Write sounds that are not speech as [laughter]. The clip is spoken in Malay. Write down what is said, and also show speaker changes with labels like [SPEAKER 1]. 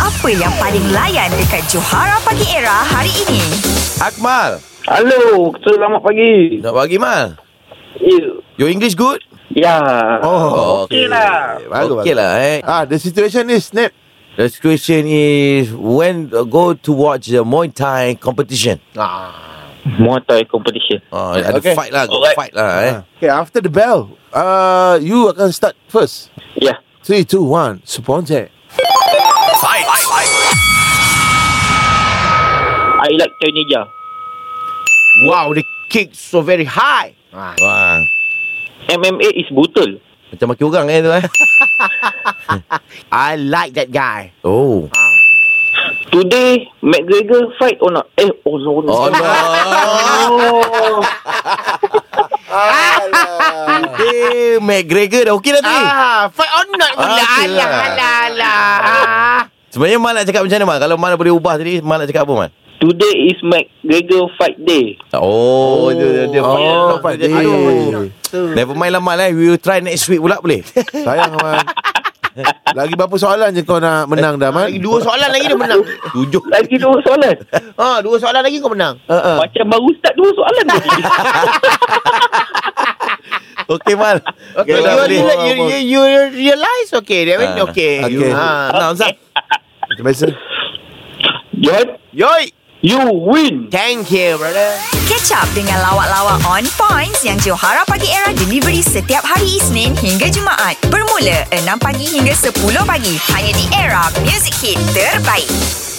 [SPEAKER 1] Apa yang paling layan dekat Johara Pagi Era hari ini?
[SPEAKER 2] Akmal.
[SPEAKER 3] Hello, selamat pagi.
[SPEAKER 2] Nak bagi Mal.
[SPEAKER 3] You.
[SPEAKER 2] Your English good?
[SPEAKER 3] Ya.
[SPEAKER 4] Oh.
[SPEAKER 3] Okey lah.
[SPEAKER 2] Bagus, okay lah eh.
[SPEAKER 4] Ah, the situation is snap.
[SPEAKER 2] The question is when uh, go to watch the Muay Thai competition.
[SPEAKER 3] Muay Thai competition.
[SPEAKER 2] Oh, ada
[SPEAKER 4] Okay.
[SPEAKER 2] fight lah, go
[SPEAKER 3] Alright.
[SPEAKER 2] fight lah eh.
[SPEAKER 4] Ah. Okay, after the bell, uh, you akan start first.
[SPEAKER 3] Ya.
[SPEAKER 4] Three, two, one. Sponsor.
[SPEAKER 3] I like Chinese.
[SPEAKER 2] Wow, the kick so very high. Ah, Wah,
[SPEAKER 3] MMA is brutal.
[SPEAKER 2] macam maki orang eh
[SPEAKER 4] [laughs]
[SPEAKER 2] tu eh.
[SPEAKER 4] I like that guy.
[SPEAKER 2] Oh.
[SPEAKER 3] Today, McGregor fight or not? Eh, oh no. no.
[SPEAKER 2] Oh
[SPEAKER 4] [laughs]
[SPEAKER 2] no.
[SPEAKER 3] Oh.
[SPEAKER 2] Today McGregor dah okey dah
[SPEAKER 5] Eh.
[SPEAKER 2] tadi.
[SPEAKER 4] Ah, fight or not pula.
[SPEAKER 2] Ah,
[SPEAKER 4] Alah,
[SPEAKER 2] lah.
[SPEAKER 4] alah,
[SPEAKER 5] Ah,
[SPEAKER 4] alah.
[SPEAKER 2] Sebenarnya Mal nak cakap macam mana Mal? Kalau Mal boleh ubah tadi, Mal nak cakap apa Mal?
[SPEAKER 3] Today is McGregor fight day.
[SPEAKER 2] Oh, dia dia, dia
[SPEAKER 5] lah.
[SPEAKER 4] Oh,
[SPEAKER 2] fight. dia- dia- aduh. Never mind lah Mal eh. We will try next week pula
[SPEAKER 5] [laughs]
[SPEAKER 2] boleh.
[SPEAKER 4] Sayang, Man. Lagi berapa soalan je kau nak menang dah, Man?
[SPEAKER 5] Lagi dua soalan lagi dia [laughs] menang.
[SPEAKER 2] Tujuh.
[SPEAKER 3] Lagi dua
[SPEAKER 2] [laughs]
[SPEAKER 3] soalan.
[SPEAKER 5] Ha, dua soalan lagi kau menang.
[SPEAKER 4] Uh-uh.
[SPEAKER 3] Macam baru start dua
[SPEAKER 2] [laughs]
[SPEAKER 3] soalan tadi.
[SPEAKER 2] Okey Mal.
[SPEAKER 5] Okay,
[SPEAKER 2] Kalau boleh.
[SPEAKER 5] you, you, you, you, you realise okay. That mean
[SPEAKER 2] Ah,
[SPEAKER 5] okay.
[SPEAKER 4] okay.
[SPEAKER 5] You- Ha.
[SPEAKER 2] Announce lah.
[SPEAKER 4] Macam biasa.
[SPEAKER 3] John,
[SPEAKER 5] Yoi.
[SPEAKER 3] you win.
[SPEAKER 5] Thank you, brother.
[SPEAKER 1] Catch up dengan lawak-lawak on points yang Johara Pagi Era delivery setiap hari Isnin hingga Jumaat. Bermula 6 pagi hingga 10 pagi. Hanya di Era Music Hit Terbaik.